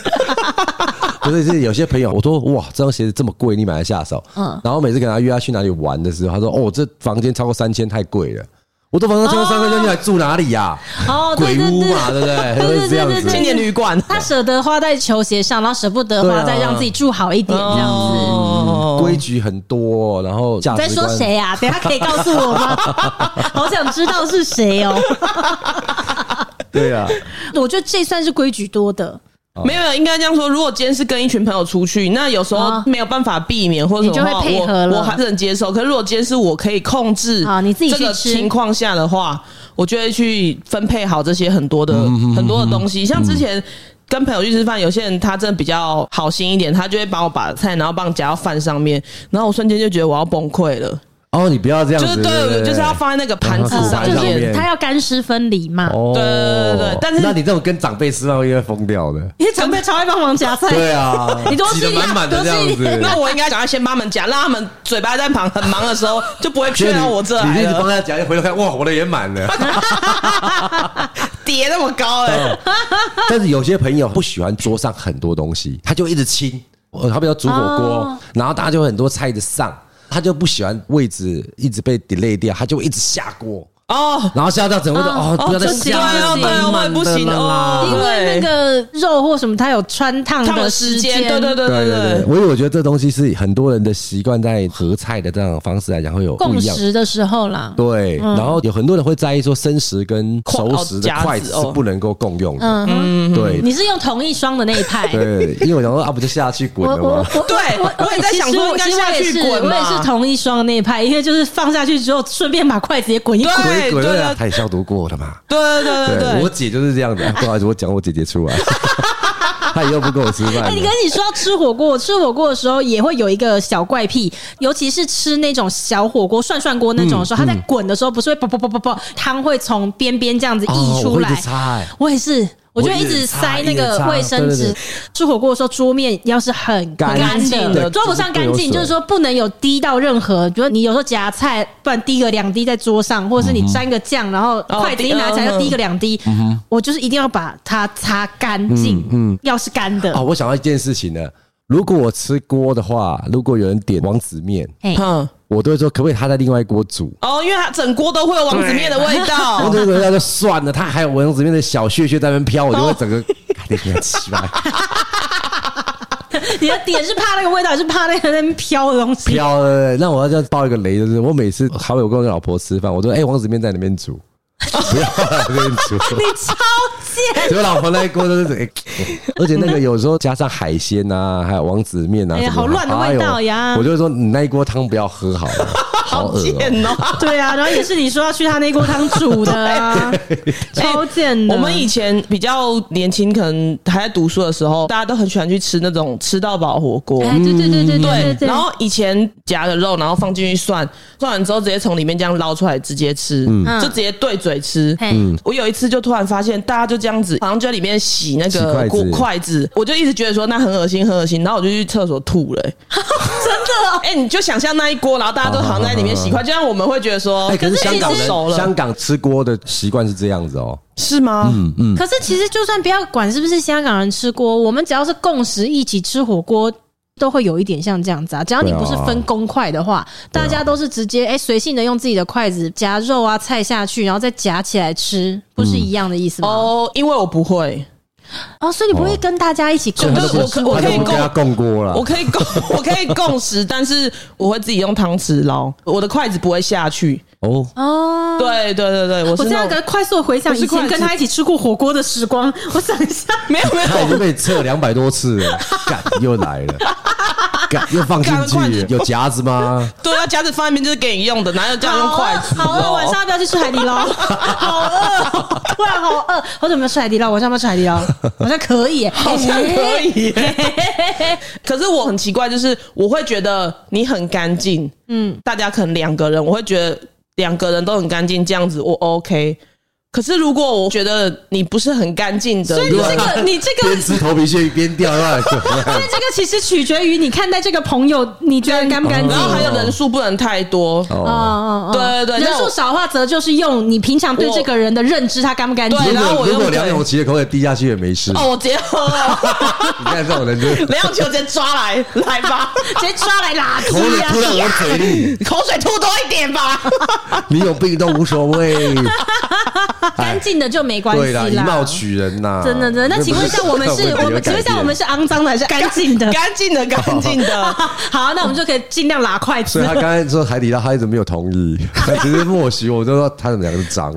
Speaker 2: 不 是，是有些朋友，我说哇，这双鞋子这么贵，你买得下手？
Speaker 1: 嗯
Speaker 2: 嗯，然后每次跟他约他去哪里玩的时候，他说哦，这房间超过三千太贵了。我的房间超过三千，那你还住哪里呀？
Speaker 1: 哦，对
Speaker 2: 鬼
Speaker 1: 对
Speaker 2: 屋
Speaker 1: 对，
Speaker 2: 嘛，对不对？
Speaker 1: 对对
Speaker 2: 会这样
Speaker 1: 对对
Speaker 2: 子
Speaker 1: 对
Speaker 3: 青。年旅馆
Speaker 1: 他舍得花在球鞋上，然后舍不得花在
Speaker 2: 对啊嗯
Speaker 1: 让自己住好一点这样子。
Speaker 3: 哦
Speaker 2: 规矩很多，然后价
Speaker 1: 你在
Speaker 2: 值
Speaker 1: 说
Speaker 2: 观。
Speaker 1: 谁啊？等一下可以告诉我吗？ 好想知道是谁哦。
Speaker 2: 对啊，
Speaker 1: 我觉得这算是规矩多的。
Speaker 3: 没有，应该这样说。如果今天是跟一群朋友出去，那有时候
Speaker 1: 啊
Speaker 3: 没有办法避免或者什么的话，
Speaker 1: 你就会配合了
Speaker 3: 我我还是能接受。可是如果今天是我可以控制，
Speaker 1: 好你自己去
Speaker 3: 这个
Speaker 1: 吃
Speaker 3: 情况下的话，我就会去分配好这些很多的很多的东西。像之前跟朋友去吃饭，有些人他真的比较好心一点，他就会帮我把菜，然后帮我夹到饭上面，然后我瞬间就觉得我要崩溃了，
Speaker 2: 哦，你不要这样
Speaker 3: 就
Speaker 2: 子，
Speaker 3: 是对，就是要放在那个盘子
Speaker 2: 嗯
Speaker 3: 上
Speaker 2: 嗯
Speaker 1: 啊就
Speaker 2: 上
Speaker 3: 面。
Speaker 1: 是
Speaker 2: 面
Speaker 1: 他要干湿分离嘛。
Speaker 2: 哦，
Speaker 3: 对对对对但是
Speaker 2: 那你这种跟长辈吃饭会会疯掉的。
Speaker 1: 因为长辈超爱帮忙夹菜，
Speaker 2: 对啊，
Speaker 1: 哎你多吃
Speaker 2: 挤得
Speaker 1: 一点
Speaker 2: 满满的
Speaker 1: 多
Speaker 2: 这
Speaker 1: 吃一
Speaker 2: 样子。
Speaker 3: 那我应该赶快先帮他们夹，让他们嘴巴在旁很忙的时候就不会缺到啊我这哎
Speaker 2: 你
Speaker 3: 来
Speaker 2: 一直帮他
Speaker 3: 了。
Speaker 2: 讲，一回头看，哇，我的也满了。
Speaker 3: 叠那么高
Speaker 2: 嗯
Speaker 3: 哎、欸，
Speaker 2: 但是有些朋友不喜欢桌上很多东西，他就一直清，呃，他比如煮火
Speaker 1: 哦
Speaker 2: 锅，然后大家就很多菜的上，他就不喜欢位置一直被 delay 掉，他就一直下锅，
Speaker 3: 哦，
Speaker 2: 然后下到整个都哦，不要再
Speaker 1: 这行
Speaker 2: 下了，
Speaker 1: 对哦
Speaker 3: 对哦我也不行哦
Speaker 1: 因为那个肉或什么它有穿烫
Speaker 3: 他
Speaker 1: 嗯的
Speaker 3: 们时
Speaker 1: 时
Speaker 3: 间，对对
Speaker 2: 对
Speaker 3: 对对
Speaker 2: 对对，
Speaker 3: 对，
Speaker 2: 我以为我觉得这东西是很多人的习惯，在合菜的这样的方式来讲会有不
Speaker 1: 共
Speaker 2: 一样。
Speaker 1: 识的时候啦。
Speaker 2: 对，然后有很多人会在意说生食跟熟食的
Speaker 3: 筷哦
Speaker 2: 筷子
Speaker 3: 夹子
Speaker 2: 是
Speaker 3: 哦
Speaker 2: 不能够共用的。
Speaker 1: 嗯哼，
Speaker 2: 对
Speaker 1: 你是用同一双的那一派。
Speaker 2: 对，因为我想说啊，不就下去滚
Speaker 1: 我
Speaker 2: 了
Speaker 1: 我
Speaker 2: 吗？
Speaker 1: 我
Speaker 3: 对我也在想说应该
Speaker 1: 其实我
Speaker 3: 下去
Speaker 1: 其实我也是
Speaker 3: 滚
Speaker 1: 我
Speaker 3: 嘛
Speaker 1: 也是同一双的那一派，因为就是放下去之后，顺便把筷子也滚一滚。
Speaker 3: 对
Speaker 2: 滚一滚
Speaker 3: 对对
Speaker 2: 了，他也消毒过的嘛。
Speaker 3: 对对对对
Speaker 2: 我
Speaker 3: 对，
Speaker 2: 姐就是这样的。不好意思，我讲我姐姐出来，她以后不跟我吃
Speaker 1: 哎、
Speaker 2: 饭
Speaker 1: 你
Speaker 2: 的哦
Speaker 1: 跟。你说要吃火锅，我吃火锅的时候也会有一个小怪癖，尤其是吃那种小火锅、涮涮锅那
Speaker 3: 嗯
Speaker 1: 种的时候，它在滚的时候不是会啵啷啵啵啵啵，汤会从边边这样子溢出
Speaker 2: 我会
Speaker 3: 哦
Speaker 1: 来。
Speaker 2: 一直擦哎
Speaker 1: 我也是，我就一直塞那个卫生
Speaker 2: 我
Speaker 1: 纸
Speaker 2: 一直擦一直擦对对对。
Speaker 1: 吃火锅的时候，桌面要是很
Speaker 2: 干
Speaker 1: 干
Speaker 3: 净
Speaker 1: 的，
Speaker 3: 的
Speaker 1: 桌不上干
Speaker 2: 不会有
Speaker 1: 净，
Speaker 2: 水
Speaker 1: 就是说不能有滴到任何，比如你有时候夹菜，不然滴个两滴在桌上，或者是你沾个酱，然后筷子一拿起来
Speaker 3: 滴
Speaker 1: 就滴个两滴。我就是一定要把它擦干净，嗯，要是干的
Speaker 2: 哦，，我想到一件事情呢。如果我吃锅的话，如果有人点王子面，
Speaker 1: 嘿
Speaker 3: 嗯，
Speaker 2: 我都会说可不可以他在另外一锅煮。
Speaker 3: 哦，因为它整锅都会有王子面的味
Speaker 2: 王
Speaker 3: 道
Speaker 2: 子，面回家就算了，他还有王子面的小屑屑在那边飘，我就会整个哎你别奇怪，
Speaker 1: 你的点是怕那个味道，还是怕那个在那边飘的东西？
Speaker 2: 飘了。那我要再爆一个雷，就是我每次好友跟我老婆吃饭，我说哎、王子面在那边煮， 不要在那边煮。
Speaker 1: 你超贱！
Speaker 2: 所以我老婆那一锅都是整个，而且那个有时候加上海鲜啊，还有王子面啊，
Speaker 1: 哎呀
Speaker 2: 什
Speaker 1: 好
Speaker 2: 么的
Speaker 1: 乱的味道呀
Speaker 2: 哎呦我就说你那一锅汤不要喝好了， 好恶哦、
Speaker 3: 贱哦。
Speaker 1: 对啊，然后也是你说要去他那锅汤煮的啊，超贱的。
Speaker 3: 我们以前比较年轻，可能还在读书的时候，大家都很喜欢去吃那种吃到饱火锅。
Speaker 1: 哎，对对对对对对，
Speaker 3: 然后以前夹的肉，然后放进去涮，涮完之后直接从里面这样捞出来直接吃，
Speaker 2: 嗯
Speaker 3: 就直接对嘴吃。
Speaker 1: 嘿
Speaker 3: 我有一次就突然发现，大家就这样子，好像就在里面洗那
Speaker 2: 洗筷子
Speaker 3: 个锅筷子，我就一直觉得说那很恶心，很恶心。然后我就去厕所吐了、欸真的 哦，哎、你就想象那一锅，然后大家都好像在里面洗筷，就像我们会觉得
Speaker 2: 啊
Speaker 3: 说，
Speaker 2: 哎、可是香港
Speaker 3: 其实熟
Speaker 2: 人，香
Speaker 3: 了，
Speaker 2: 港吃锅的习惯是这样子哦、
Speaker 3: 是吗？
Speaker 1: 可是其实就算不要管是不是香港人吃锅，我们只要是共识一起吃火锅。都会有一点像这样子啊，只要你不是分公筷的话，
Speaker 3: 啊
Speaker 1: 大家都是直接哎随、性的用自己的筷子夹肉啊菜下去，然后再夹起来吃，不是一样的意思吗？哦
Speaker 3: 哦，因为我不会，
Speaker 1: 所以你不会跟大家一起
Speaker 3: 哦
Speaker 2: 所
Speaker 1: 共
Speaker 2: 以他
Speaker 1: 识
Speaker 2: 都
Speaker 3: 我可
Speaker 2: 不，
Speaker 3: 我
Speaker 2: 他
Speaker 3: 可以
Speaker 2: 都不跟他共锅了
Speaker 3: 我。可以共 我可以共食，但是我会自己用汤匙捞，我的筷子不会下去。
Speaker 2: 哦，
Speaker 1: 哦。
Speaker 3: 对对对对，我
Speaker 1: 我
Speaker 3: 是
Speaker 1: 这
Speaker 3: 那
Speaker 1: 样
Speaker 3: 种
Speaker 1: 个快速回想
Speaker 3: 我是
Speaker 1: 以
Speaker 3: 筷
Speaker 1: 前
Speaker 3: 子
Speaker 1: 跟他一起吃过火锅的时光，我想一下，
Speaker 3: 没有没
Speaker 2: 他已
Speaker 3: 有
Speaker 2: 经被测两百多次了，干又来了。干又放进
Speaker 3: 赶快
Speaker 2: 去，有夹子吗？
Speaker 3: 对啊，夹子放在那边就是给你用的，哪有这样用筷子？
Speaker 1: 好啊饿，好饿晚上要不要去吃海底捞？好饿哦，突然好饿，好久没有吃海底捞，晚上要不要吃海底捞？好像可以耶，好
Speaker 3: 好像可以耶。可是我很奇怪，就是我会觉得你很干净，嗯，大家可能两个人，我会觉得两个人都很干净，这样子我 OK。可是如果我觉得你不是很干净的，
Speaker 1: 所以你这个，你这个
Speaker 2: 边。吃头皮屑边掉 啊那
Speaker 1: 所以这个其实取决于你看待这个朋友，你觉得干不干净
Speaker 3: 嗯然？后还有人数不能太多。
Speaker 1: 哦
Speaker 2: 哦，
Speaker 1: 哦哦，
Speaker 3: 对对对
Speaker 1: 人
Speaker 3: 那
Speaker 1: 数
Speaker 3: 我
Speaker 1: 少的话，则就是用你平常对这个人的认知，他干不干净？
Speaker 3: 对
Speaker 2: 如
Speaker 3: 然后
Speaker 2: 果
Speaker 3: 我又
Speaker 2: 如果
Speaker 3: 不
Speaker 2: 梁咏琪的口水滴下去也没事，
Speaker 3: 哦，我直接喝了，
Speaker 2: 你看这 种人
Speaker 1: 啊
Speaker 2: 就是
Speaker 3: 梁咏琪我直接抓来，来吧，
Speaker 1: 直接抓来垃
Speaker 2: 口水
Speaker 1: 圾
Speaker 2: 吐到
Speaker 1: 啊！
Speaker 3: 哎
Speaker 2: 我嘴里，
Speaker 3: 口水吐多一点吧。
Speaker 2: 你有病都无所 谓。
Speaker 1: 干净的就没关系
Speaker 2: 对啦，以貌取人呐，
Speaker 1: 真的真的。那请问一下，我们 是我们，请问一下，我们
Speaker 2: 是。
Speaker 1: 是肮脏的还是干净的？
Speaker 3: 干净的，干净的。
Speaker 1: 好，那我们就可以尽量拿筷
Speaker 2: 所以
Speaker 1: 子
Speaker 2: 他。刚才说海底捞，他一直没有同意， 他只是默许我，就说他们两个是脏，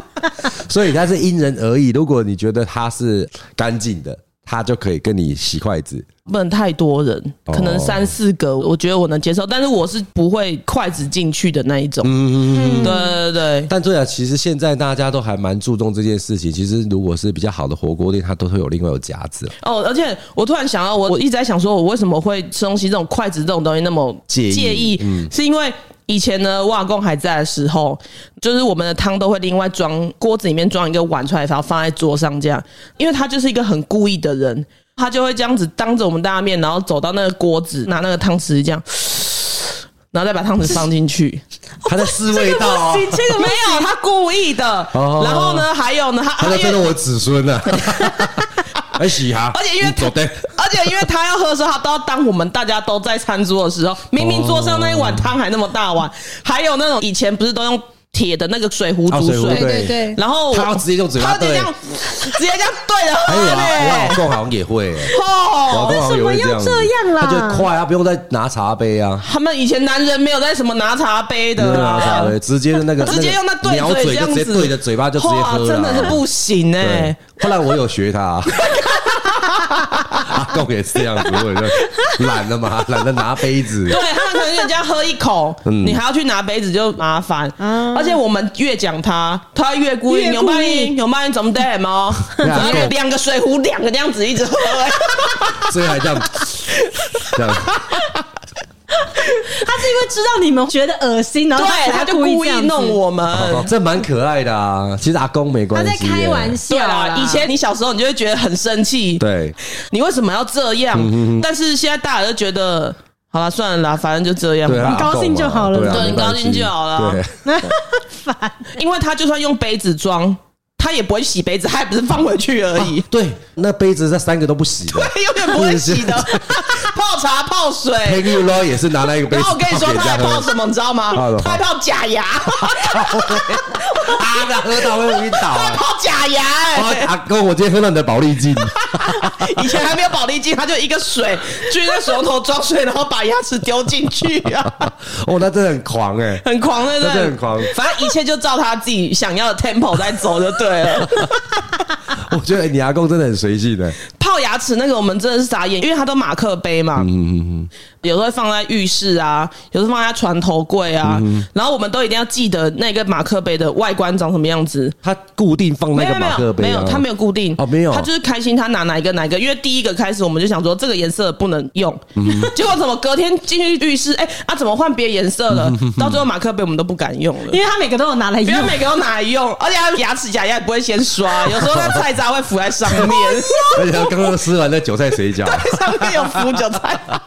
Speaker 2: 所以他是因人而异。如果你觉得他是干净的，他就可以跟你洗筷子。
Speaker 3: 不能太多人，可
Speaker 2: 哦
Speaker 3: 能三四个，我觉得我能接受，但是我是不会筷子进去的那一种。嗯，对对对，
Speaker 2: 但对啊，其实现在大家都还蛮注重这件事情。其实如果是比较好的火锅店，它都会有另外有夹子。
Speaker 3: 哦，而且我突然想到，我我一直在想，说我为什么会吃东西这种筷子这种东西那么
Speaker 2: 介意嗯
Speaker 3: 是因为。以前呢，我阿公还在的时候，就是我们的汤都会另外装锅子里面装一个碗出来，然后放在桌上这样。因为他就是一个很故意的人，他就会这样子当着我们大家面，然后走到那个锅子，拿那个汤匙这样，然后再把汤匙放进去。
Speaker 2: 他在试味道 啊、
Speaker 1: 这个
Speaker 3: 没有，他故意的。
Speaker 2: 哦
Speaker 3: 然后呢，还有呢，他
Speaker 2: 他
Speaker 3: 他
Speaker 2: 在
Speaker 3: 因
Speaker 2: 尊重
Speaker 3: 为
Speaker 2: 我子孙呢、啊。哎，洗哈，
Speaker 3: 而且因为
Speaker 2: 你走的，
Speaker 3: 而且因为他要喝的时候，他都要当我们大家都在餐桌的时
Speaker 2: 哦
Speaker 3: 候，明明桌上那一碗汤还那么大碗，还有那种以前不是都用铁的那个水壶
Speaker 2: 哦
Speaker 3: 煮
Speaker 2: 水壶
Speaker 3: 水，
Speaker 1: 对对对，
Speaker 3: 然后我
Speaker 2: 他要直接用嘴巴
Speaker 3: 他就这
Speaker 2: 对
Speaker 3: 样直接这样对着
Speaker 2: 还
Speaker 3: 喝
Speaker 2: 有啊，我老
Speaker 3: 嘞。
Speaker 2: 公好像也会、我老
Speaker 3: 哦，
Speaker 2: 公好像也会这样
Speaker 1: 为什
Speaker 2: 子，
Speaker 1: 么要这样啦
Speaker 2: 他就快啊，不用再拿茶杯啊，
Speaker 3: 他们以前男人没有在什么拿茶杯
Speaker 2: 不用
Speaker 3: 的
Speaker 2: 拿茶
Speaker 3: 啦，
Speaker 2: 杯，直接的那个
Speaker 3: 啊 直接用那
Speaker 2: 那个鸟
Speaker 3: 对
Speaker 2: 嘴
Speaker 3: 这
Speaker 2: 就
Speaker 3: 样
Speaker 2: 直接
Speaker 3: 子，
Speaker 2: 对着嘴巴就直接喝
Speaker 3: 哇
Speaker 2: 了，
Speaker 3: 真的是不行哎
Speaker 2: 对。。后来我有学他、啊 阿公也是这样子，我也就懒了嘛，懒得拿杯 子
Speaker 3: 对。他们可能人家喝一口，
Speaker 2: 嗯
Speaker 3: 你还要去拿杯子就麻烦。而且我们越讲他，他越故意
Speaker 1: 嗯越
Speaker 3: 有
Speaker 1: 故意
Speaker 3: 卖你有卖你怎么的吗？
Speaker 2: 对啊
Speaker 3: 然后
Speaker 2: 够
Speaker 3: 两个水壶，两个这样子一直喝、 哎
Speaker 2: 所以还这样，这样
Speaker 1: 他是因为知道你们觉得恶心，然后
Speaker 3: 对，
Speaker 1: 哦他
Speaker 3: 他
Speaker 1: 才
Speaker 3: 就
Speaker 1: 故
Speaker 3: 故
Speaker 1: 这
Speaker 3: 意
Speaker 1: 样子
Speaker 3: 弄，我们。
Speaker 2: 哦这蛮可爱的啊。其实阿公没
Speaker 1: 他
Speaker 2: 关系
Speaker 1: 在
Speaker 2: 耶，
Speaker 1: 开玩
Speaker 3: 对
Speaker 1: 笑
Speaker 3: 啊
Speaker 1: 啦，。
Speaker 3: 以前你小时候你就会觉得很生气，
Speaker 2: 对，嗯
Speaker 3: 你为什么要这样？但是现在大了就觉得，好了，算了啦，反正就这样
Speaker 2: 对啊，
Speaker 1: 你高兴就好了
Speaker 2: 啊
Speaker 3: 对你
Speaker 2: 没关系
Speaker 3: 高兴就好了
Speaker 2: 对，
Speaker 3: 因为他就算用杯子装，他也不会洗杯子，他也不是放回去而 已。
Speaker 2: 对，那杯子这三个都不洗的。
Speaker 3: 永远不会洗 的，泡茶泡水。
Speaker 2: Hang you low 也是拿来一个杯
Speaker 3: 然
Speaker 2: 子，
Speaker 3: 后我跟你说，他还泡什么，你知道吗
Speaker 2: 泡什么？哦
Speaker 3: 他还泡假牙，
Speaker 2: 啊，那喝到会晕倒
Speaker 3: 他还
Speaker 2: 啊！
Speaker 3: 泡假牙、
Speaker 2: 哦
Speaker 3: 哎，
Speaker 2: 阿公，我今天喝到你的宝丽金，
Speaker 3: 以前还没有保利镜，他就一个水，去那水龙头装水，然后把牙齿丢进去啊，
Speaker 2: 哦，那真的很狂哎、
Speaker 3: 很狂，对不
Speaker 2: 真
Speaker 3: 对？
Speaker 2: 的很狂
Speaker 3: 反正一切就照他自己想要的 tempo 在走就 对了。
Speaker 2: 我觉得你阿公真的很随性欸的、
Speaker 3: 泡牙齿那个我们真的是傻眼，因为它都马克杯嘛，
Speaker 2: 嗯
Speaker 3: 有时候会放在浴室啊，有时候放在床头柜啊，
Speaker 2: 嗯
Speaker 3: 然后我们都一定要记得那个马克杯的外观长什么样子。
Speaker 2: 他固定放
Speaker 3: 没
Speaker 2: 那
Speaker 3: 有
Speaker 2: 个
Speaker 3: 没
Speaker 2: 马克
Speaker 3: 有
Speaker 2: 杯、啊
Speaker 3: 没有，它没有固定
Speaker 2: 哦没有
Speaker 3: 它就是开心，它拿哪一个哪一个，因为第一个开始我们就想说这个颜色不能用，
Speaker 2: 嗯
Speaker 3: 结果怎么隔天进去浴室，哎、啊怎么换别颜色了？
Speaker 2: 嗯
Speaker 3: 到最后马克杯我们都不敢用 了
Speaker 1: 因。为他每个都有拿来
Speaker 3: 不
Speaker 1: 用
Speaker 3: 要，每个都拿来用，而且它牙齿假牙也不会 先刷，有时候那菜渣会浮在上面，
Speaker 2: 哦而且他哎刚刚吃完那韭菜水饺，
Speaker 3: 上面有浮 韭菜。
Speaker 2: 啊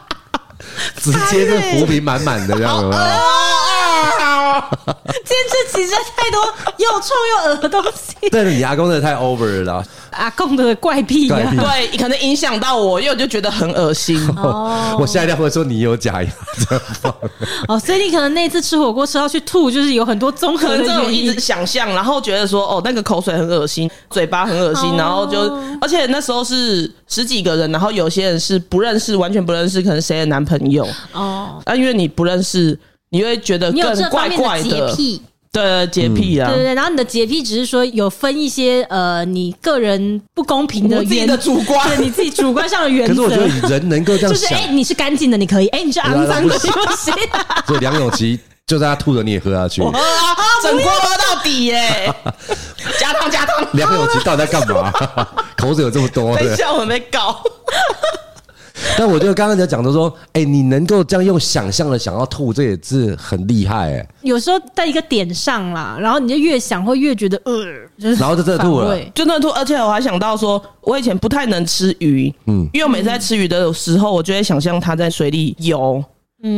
Speaker 2: 直接是浮萍满满的这样啊有没有嗯
Speaker 1: 今天这集真的太多又臭又恶的东西，
Speaker 2: 但是你阿公真的太 over 了啦，
Speaker 1: 阿公的怪癖
Speaker 2: 怪
Speaker 1: 啊
Speaker 2: 癖。
Speaker 3: 对，可能影响到我，因为我就觉得很恶心。 哦
Speaker 2: 我吓一跳，会说你有假牙这样 放，
Speaker 1: 哦，所以你可能那一次吃火锅吃到去吐，就是有很多综合的
Speaker 3: 可能这种
Speaker 1: 原
Speaker 3: 一
Speaker 1: 因
Speaker 3: 直。想象，然后觉得说，哦，那个口水很恶心，嘴巴很恶心
Speaker 1: 哦，
Speaker 3: 然后就，而且那时候是十几个人，然后有些人是不认识，完全不认识，可能谁的男朋友，
Speaker 1: 哦，
Speaker 3: 啊，因为你不认识，你会觉得
Speaker 1: 你有
Speaker 3: 更
Speaker 1: 这方
Speaker 3: 怪
Speaker 1: 面
Speaker 3: 怪
Speaker 1: 洁
Speaker 3: 的。
Speaker 1: 癖，嗯
Speaker 3: 对洁癖啊
Speaker 1: 对，对对，然后你的洁癖只是说有分一些呃，你个人不公平
Speaker 3: 我
Speaker 1: 的
Speaker 3: 自己
Speaker 1: 原啊
Speaker 3: 的主 观，
Speaker 1: 对你自己主观上的原
Speaker 2: 可
Speaker 1: 则。
Speaker 2: 是我觉得你人能够这
Speaker 1: 就
Speaker 2: 样
Speaker 1: 是
Speaker 2: 想
Speaker 1: 哎、，你是干净的，你可以；哎、你是肮脏的，
Speaker 2: 不
Speaker 1: 你
Speaker 2: 行
Speaker 1: 不行。
Speaker 2: 所以梁咏琪就算她吐了你也喝 下去。
Speaker 3: 喝啊，整锅喝到 底耶！加汤加汤，
Speaker 2: 梁咏琪到底在干 嘛？口水有这么多
Speaker 3: 等一
Speaker 2: 的，
Speaker 3: 下我没搞，
Speaker 2: 但我觉得刚刚在讲的说，哎、你能够这样用想象的想要吐，这也是很厉害哎、
Speaker 1: 有时候在一个点上啦，然后你就越想会越觉得呃，就是
Speaker 2: 然后就真的吐了
Speaker 1: 反胃
Speaker 3: 就那吐，而且我还想到说，我以前不太能吃鱼，嗯，因为我每次在吃鱼的时候，我就会想象它在水里游，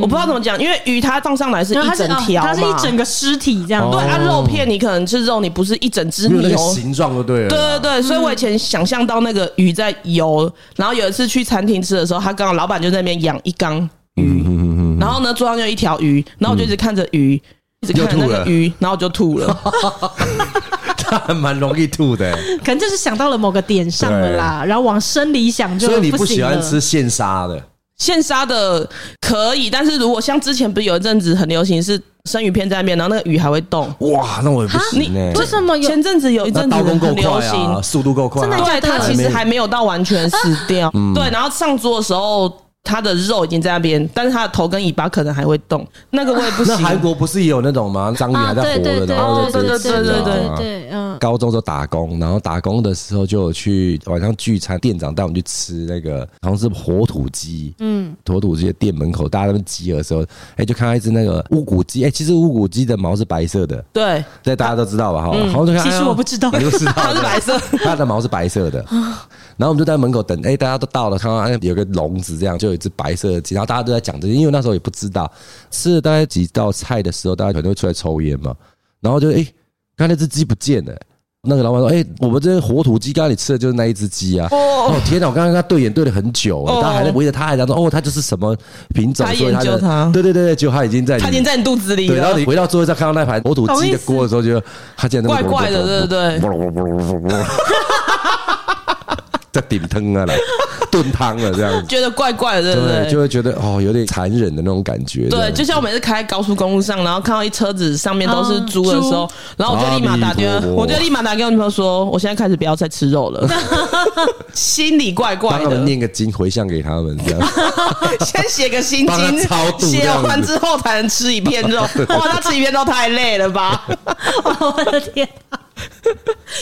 Speaker 3: 我不知道怎么讲，因为鱼它放上来是
Speaker 1: 嗯然后
Speaker 3: 一
Speaker 1: 它是
Speaker 3: 整
Speaker 1: 哦
Speaker 3: 条嘛，
Speaker 1: 它是一整个尸体这样。
Speaker 2: 哦
Speaker 3: 对啊，肉片你可能吃肉，你不是一整只
Speaker 2: 没有那个哦
Speaker 3: 牛。
Speaker 2: 形状就对了。
Speaker 3: 对对对，所以我以前想象到那个鱼在游，然后有一次去餐厅吃的时候，他刚好老板就在那边养一缸
Speaker 2: 嗯
Speaker 3: 鱼，然后呢桌上就一条鱼，然后我就一直看着鱼，一直看着那
Speaker 2: 又吐
Speaker 3: 个
Speaker 2: 了
Speaker 3: 鱼，然后我就吐了。
Speaker 2: 他还蛮容易 吐的、
Speaker 1: 可能就是想到了某个点上了啦，然后往生里想就
Speaker 2: 所以你不
Speaker 1: 不
Speaker 2: 喜
Speaker 1: 行
Speaker 2: 欢
Speaker 1: 了。
Speaker 2: 吃现杀的，
Speaker 3: 现杀的可以，但是如果像之前不是有一阵子很流行是生鱼片在那边，然后那个鱼还会动。
Speaker 2: 哇，那我也不行哎、
Speaker 1: 为什么有
Speaker 3: 前阵子有一
Speaker 2: 那
Speaker 3: 阵子
Speaker 2: 刀工够
Speaker 3: 很流
Speaker 2: 快
Speaker 3: 行
Speaker 2: 啊，，速度够快、
Speaker 1: 真的
Speaker 2: 啊
Speaker 1: 假，
Speaker 3: 对，
Speaker 1: 的
Speaker 3: 它其实还没有到完全死掉。
Speaker 2: 嗯
Speaker 3: 对，然后上桌的时候，它的肉已经在那边，但是它的头跟尾巴可能还会动，那个我也不
Speaker 2: 那
Speaker 3: 行。
Speaker 2: 韩国不是也有那种吗？章鱼还
Speaker 1: 啊？
Speaker 2: 在
Speaker 1: 对
Speaker 2: 活
Speaker 1: 对对
Speaker 2: 的，
Speaker 1: 对
Speaker 2: 然后就
Speaker 1: 对
Speaker 2: 直
Speaker 1: 对
Speaker 2: 接
Speaker 1: 对
Speaker 2: 吃
Speaker 1: 对
Speaker 2: 掉
Speaker 1: 对
Speaker 2: 啊。
Speaker 1: 对， 嗯，
Speaker 2: 高中时候打工，然后打工的时候就有去晚上聚餐，店长带我们去吃那个好像是火土鸡，嗯，火土鸡的店门口，大家在那边集合的时候，哎、就看到一只那个乌骨鸡，哎、其实乌骨鸡的毛是白色的，
Speaker 3: 对，
Speaker 2: 这大家都知道吧？哈、
Speaker 3: 嗯
Speaker 2: 然后就看，
Speaker 1: 其实
Speaker 2: 哎呦
Speaker 1: 我不知道
Speaker 2: 你就知道
Speaker 3: 它是 白色啊
Speaker 2: 对它的毛是白色的。然后我们就在门口等，哎、大家都到了，看到哎有个笼子，这样就有一只白色的鸡，然后大家都在讲这些，因为那时候也不知道，吃了大概几道菜的时候，大家可能会出来抽烟嘛，然后就哎、刚才那只鸡不见了、那个老板说：“哎、我们这火土鸡，刚刚你吃的就是那一只鸡啊！哦天哪，我刚刚跟他对眼对了很久、
Speaker 3: 哦
Speaker 2: 大家还在围着他，还讲说：哦，它就是什么品种？
Speaker 3: 他
Speaker 2: 所以
Speaker 3: 研究
Speaker 2: 就
Speaker 3: 它
Speaker 2: 对对对对，结果他已经在里
Speaker 3: 它已经在你肚子里
Speaker 2: 对，然后
Speaker 3: 了
Speaker 2: 你。回到座位上看到那盘火土鸡的锅的时候，就它竟然在那
Speaker 3: 怪
Speaker 2: 边
Speaker 3: 怪的，对对对，
Speaker 2: 在顶汤 啊了，炖汤了这样子，
Speaker 3: 觉得怪怪的，对
Speaker 2: 对，
Speaker 3: 不
Speaker 2: 就
Speaker 3: 对？
Speaker 2: 会觉得哦有点残忍的那种感觉。这
Speaker 3: 对，
Speaker 2: 样
Speaker 3: 就像我每次开高速公路上，然后看到一车子上面都是
Speaker 1: 哦
Speaker 3: 嗯猪的时候
Speaker 1: 猪，
Speaker 3: 然后我就立马打电
Speaker 2: 阿弥
Speaker 3: 话，
Speaker 2: 陀佛
Speaker 3: 我就立马打给我女朋友说，我现在开始不要再吃肉 了，心里怪怪
Speaker 2: 帮他们
Speaker 3: 的。
Speaker 2: 念个经回向给他们这 样。
Speaker 3: 先写个心
Speaker 2: 帮他超度
Speaker 3: 经，
Speaker 2: 这
Speaker 3: 写
Speaker 2: 样子
Speaker 3: 完之后才能吃一片肉。哇，他吃一片肉太累了吧？
Speaker 1: 我的天 啊！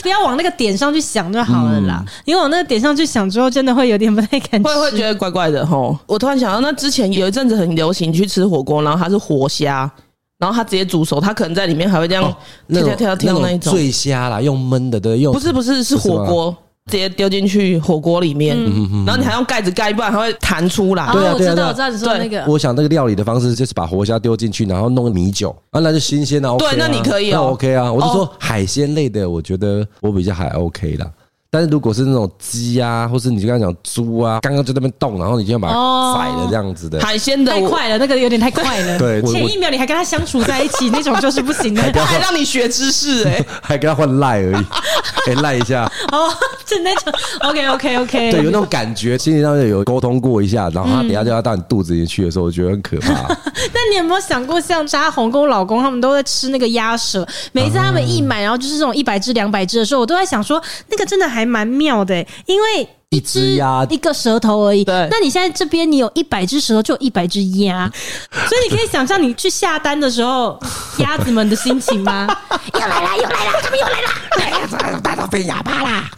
Speaker 1: 不要往那个点上去想就好了
Speaker 2: 嗯
Speaker 1: 啦，你往那个点上去想之后，真的会有点不太敢吃。
Speaker 3: 会会觉得怪怪的吼。我突然想到，那之前有一阵子很流行去吃火锅，然后它是活虾，然后它直接煮熟，它可能在里面还会这样跳跳跳跳哦那一种。
Speaker 2: 醉虾啦，用焖的对，用
Speaker 3: 不是不是是
Speaker 2: 不是吗嗯
Speaker 3: 火锅，直接丢进去火锅里
Speaker 1: 嗯
Speaker 3: 面，然后你还用盖子盖，不然它会弹出来。
Speaker 2: 对啊
Speaker 1: 哦，我
Speaker 2: 对啊
Speaker 1: 知
Speaker 2: 对啊
Speaker 1: 道，我知道你说的那个，
Speaker 2: 我想那个料理的方式就是把活虾丢进去，然后弄米酒啊，那就新鲜的、啊。
Speaker 3: 对
Speaker 2: OK 啊
Speaker 3: 那你可以哦
Speaker 2: 那 OK 啊。我就说海鲜类的，我觉得我比较还 OK 啦。但是如果是那种鸡啊，或是你就刚才讲猪啊，刚刚就在那边动，然后你就要把它
Speaker 1: 哦
Speaker 2: 宰了这样子的，
Speaker 3: 海鲜的
Speaker 1: 太
Speaker 3: 我，
Speaker 1: 快了，那个有点太快了。
Speaker 2: 对我
Speaker 1: 前一秒你还跟他相处在一起，那种就是不行的。
Speaker 3: 它还让你学知识哎、
Speaker 2: 还跟它换赖 而已，哎、赖一下，
Speaker 1: 哦，就那种 OK OK OK，
Speaker 2: 对，有那种感觉，心理上就有沟通过一下，然后
Speaker 1: 嗯
Speaker 2: 它等一下就要到你肚子里去的时候，我觉得很可 怕。
Speaker 1: 但你有没有想过，像扎红跟我老公他们都在吃那个鸭舌，每一次他们一买，然后就是这种一百只、两百只的时候，我都在想说，那个真的还蛮妙的欸、因为。
Speaker 2: 一只
Speaker 1: 只
Speaker 2: 鸭
Speaker 1: 一个舌头而已。
Speaker 3: 对
Speaker 1: 那你现在这边你有一百只舌头，就有一百只鸭，所以你可以想象你去下单的时候，鸭子们的心情吗？又来啦，又来啦，他们又来啦，
Speaker 2: 大到变哑巴啦！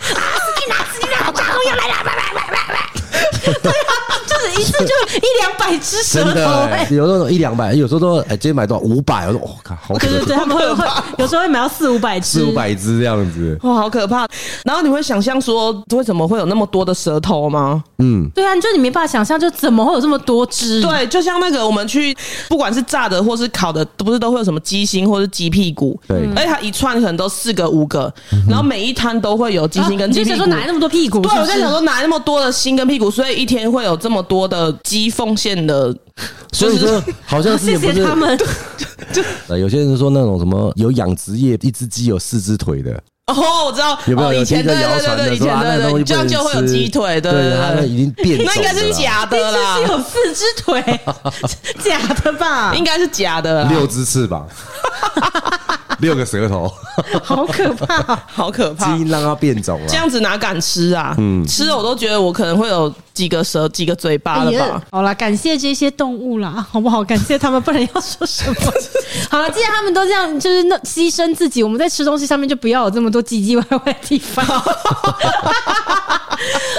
Speaker 1: 就是一次就一两百只舌
Speaker 2: 真
Speaker 1: 头、
Speaker 2: 的、
Speaker 1: 欸，
Speaker 2: 有那种一两百，有时候都哎、今天买多少五百，我说我、靠，好可
Speaker 1: 对对对，
Speaker 2: 怕，
Speaker 1: 他们会会有时候会买到四五百只，
Speaker 2: 四五百只这样子。
Speaker 3: 哇，好可怕！然后你会想象说，为什么会有那么多的舌头吗？
Speaker 1: 对啊，你就你没办法想象，就怎么会有这么多
Speaker 2: 嗯
Speaker 1: 只？
Speaker 3: 对，就像那个我们去，不管是炸的或是烤的，都不是都会有什么鸡心或是鸡屁股？
Speaker 2: 对嗯
Speaker 3: 而且它一串可能都四个五个，然后每一摊都会有鸡
Speaker 1: 啊，
Speaker 3: 心跟
Speaker 1: 你
Speaker 3: 鸡
Speaker 1: 就
Speaker 3: 屁
Speaker 1: 想
Speaker 3: 股。
Speaker 1: 说哪来那么多屁股？
Speaker 3: 对，
Speaker 1: 是
Speaker 3: 我
Speaker 1: 不是
Speaker 3: 在想说哪那么多的心跟屁股，所以一天会有这么多的鸡奉献的，
Speaker 2: 所以说，好
Speaker 3: 哦
Speaker 2: 像之
Speaker 1: 谢
Speaker 2: 前不
Speaker 1: 谢
Speaker 2: 是
Speaker 1: 他们，
Speaker 2: 呃有些人说那种什么有养殖业，一只鸡有四只腿的，
Speaker 3: 哦，我知道，
Speaker 2: 有没有？
Speaker 3: 哦、
Speaker 2: 有
Speaker 3: 以前
Speaker 2: 听着
Speaker 3: 对
Speaker 2: 谣
Speaker 3: 对
Speaker 2: 传
Speaker 3: 对
Speaker 2: 的
Speaker 3: 对，以
Speaker 2: 说
Speaker 3: 前
Speaker 2: 啊，那
Speaker 3: 对
Speaker 2: 个
Speaker 3: 对
Speaker 2: 东西
Speaker 3: 对，
Speaker 2: 不
Speaker 3: 这样
Speaker 2: 能
Speaker 3: 就会有
Speaker 2: 吃
Speaker 3: 鸡腿，对
Speaker 2: 对，它那
Speaker 3: 对
Speaker 2: 已经变
Speaker 3: 对，
Speaker 2: 种
Speaker 3: 那应该是
Speaker 2: 了啦
Speaker 3: 假的
Speaker 1: 这是
Speaker 3: 啦，
Speaker 1: 有四只腿，假的吧？
Speaker 3: 应该是假的啦。
Speaker 2: 六只翅膀，六个舌头，
Speaker 1: 好可怕、
Speaker 3: 好可
Speaker 2: 基
Speaker 3: 怕。
Speaker 2: 因让它变种
Speaker 3: 这
Speaker 2: 了。
Speaker 3: 样子哪敢吃啊？
Speaker 2: 嗯
Speaker 3: 吃了我都觉得我可能会有几个舌、几个嘴巴了
Speaker 1: 哎
Speaker 3: 吧
Speaker 1: 呀。好啦，感谢这些动物啦，好不好？感谢他们，不然要说什么？好了，既然他们都这样，就是那牺牲自己，我们在吃东西上面就不要有这么多唧唧歪歪的地方。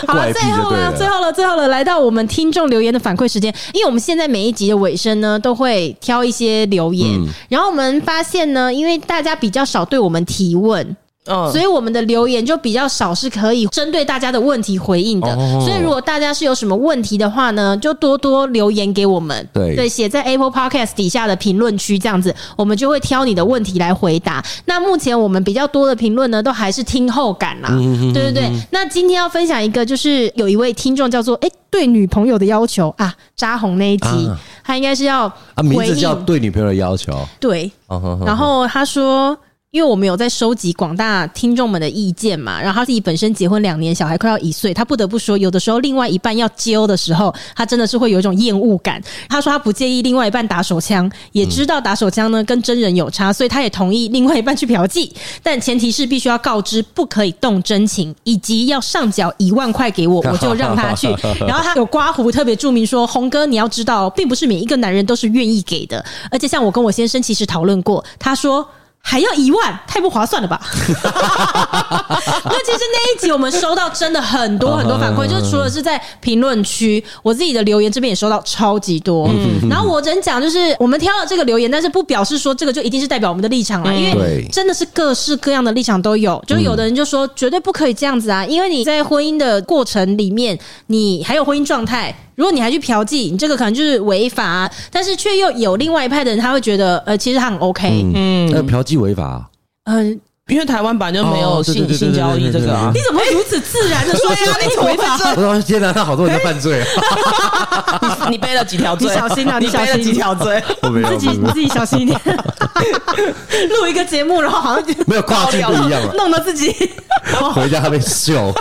Speaker 1: 好
Speaker 2: 怪
Speaker 1: 了，
Speaker 2: 癖
Speaker 1: 最后
Speaker 2: 就对
Speaker 1: 了，
Speaker 2: 了
Speaker 1: 最后了，最后了，来到我们听众留言的反馈时间，因为我们现在每一集的尾声呢，都会挑一些留言，然后我们发现呢，因为大家比较少对我们提问，
Speaker 3: 嗯，
Speaker 1: 所以我们的留言就比较少，是可以针对大家的问题回应的。
Speaker 2: 哦
Speaker 1: 所以如果大家是有什么问题的话呢，就多多留言给我们，
Speaker 2: 对
Speaker 1: 写在 Apple Podcast 底下的评论区这样子，我们就会挑你的问题来回答。那目前我们比较多的评论呢，都还是听后感啦，
Speaker 2: 嗯
Speaker 1: 对对对。那今天要分享一个，就是有一位听众叫做哎、对女朋友的要求啊，扎红那一集，
Speaker 2: 啊
Speaker 1: 他应该是要
Speaker 2: 啊，名
Speaker 1: 回
Speaker 2: 字
Speaker 1: 应
Speaker 2: 叫对女朋友的要求。
Speaker 1: 对。
Speaker 2: 哦哼哼
Speaker 1: 然后他说，因为我们有在收集广大听众们的意见嘛，然后他自己本身结婚两年，小孩快要一岁，他不得不说，有的时候另外一半要揪的时候，他真的是会有一种厌恶感。他说他不介意另外一半打手枪，也知道打手枪呢跟真人有差，所以他也同意另外一半去嫖妓，但前提是必须要告知不可以动真情，以及要上缴一万块给我，我就让他去。然后他有刮胡特别注明说，红哥你要知道，并不是每一个男人都是愿意给的，而且像我跟我先生其实讨论过，他说。还要一万，太不划算了吧？那其实那一集我们收到真的很多很多反馈，就是除了是在评论区，我自己的留言这边也收到超级多。然后我只能讲，就是我们挑了这个留言，但是不表示说这个就一定是代表我们的立场了，啊因为
Speaker 2: 对
Speaker 1: 真的是各式各样的立场都有。就是有的人就说绝对不可以这样子啊，因为你在婚姻的过程里面，你还有婚姻状态。如果你还去嫖妓，你这个可能就是违法、啊，但是却又有另外一派的人，他会觉得，呃，其实他很 OK，
Speaker 2: 嗯，那嫖妓违法啊
Speaker 1: 嗯、
Speaker 3: 因为台湾版就没有
Speaker 2: 哦对对
Speaker 3: 性
Speaker 2: 对对
Speaker 3: 性交易
Speaker 2: 对
Speaker 3: 这
Speaker 2: 对
Speaker 3: 个啊
Speaker 1: 你。怎么会如此自然的说
Speaker 3: 对啊你怎么
Speaker 1: 违
Speaker 3: 会
Speaker 1: 法？
Speaker 2: 啊！我说天哪，那好多人在犯 罪啊！
Speaker 3: 你背了几条罪？
Speaker 1: 你小心啊
Speaker 3: 你
Speaker 1: 你小
Speaker 3: 背
Speaker 1: 心
Speaker 3: 了几条罪？
Speaker 2: 我没有
Speaker 1: 自己
Speaker 2: 没
Speaker 1: 你
Speaker 2: 有
Speaker 1: 自己小心一点， 录一个节目，然后好像就
Speaker 2: 没有跨境不一
Speaker 3: 啊
Speaker 2: 样了，
Speaker 1: 弄得自己
Speaker 2: 回家被 秀。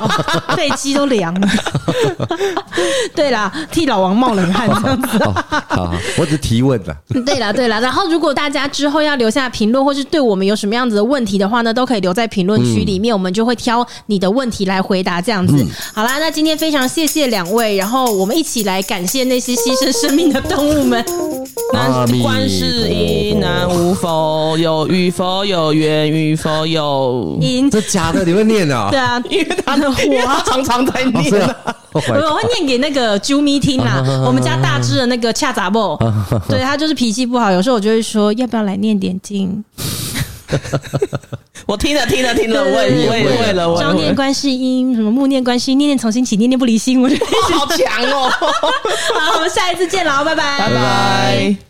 Speaker 1: 背肌都凉了。 对啦，替老王冒冷汗这样子。
Speaker 2: 哦好，好我只提问
Speaker 3: 啊
Speaker 2: 了。
Speaker 1: 对啦，对啦。然后，如果大家之后要留下评论，或是对我们有什么样子的问题的话呢，都可以留在评论区里面，我们就会挑你的问题来回答。这样子，
Speaker 3: 嗯
Speaker 1: 好啦，那今天非常谢谢两位，然后我们一起来感谢那些牺牲生命的动物们。
Speaker 3: 那
Speaker 2: 阿弥
Speaker 3: 观世音
Speaker 2: 陀佛
Speaker 3: 南无佛，有与否有缘，与否有。
Speaker 1: 因
Speaker 2: 这假的，你会念啊
Speaker 1: 对？啊，
Speaker 3: 因为他
Speaker 1: 的
Speaker 3: 因为
Speaker 1: 火
Speaker 3: 他
Speaker 1: 啊。
Speaker 3: 常常在
Speaker 2: 哦是
Speaker 3: 念
Speaker 2: 啊
Speaker 3: 啊。
Speaker 2: Oh my
Speaker 1: 我会念给那个啾咪听 啦，我们家大只的那个恰杂布，对他就是脾气不好，有时候我就会说要不要来念点经，
Speaker 3: 我听了听了听了，我
Speaker 1: 对对
Speaker 3: 也
Speaker 1: 对
Speaker 3: 我也
Speaker 2: 对对
Speaker 3: 为了我也
Speaker 1: 朝念
Speaker 3: 为了
Speaker 1: 观世音，什么暮念观世音，念念从心起，念念不离心，我就
Speaker 3: 好强哦！
Speaker 1: 好，我们下一次见了，拜拜，
Speaker 3: 拜拜。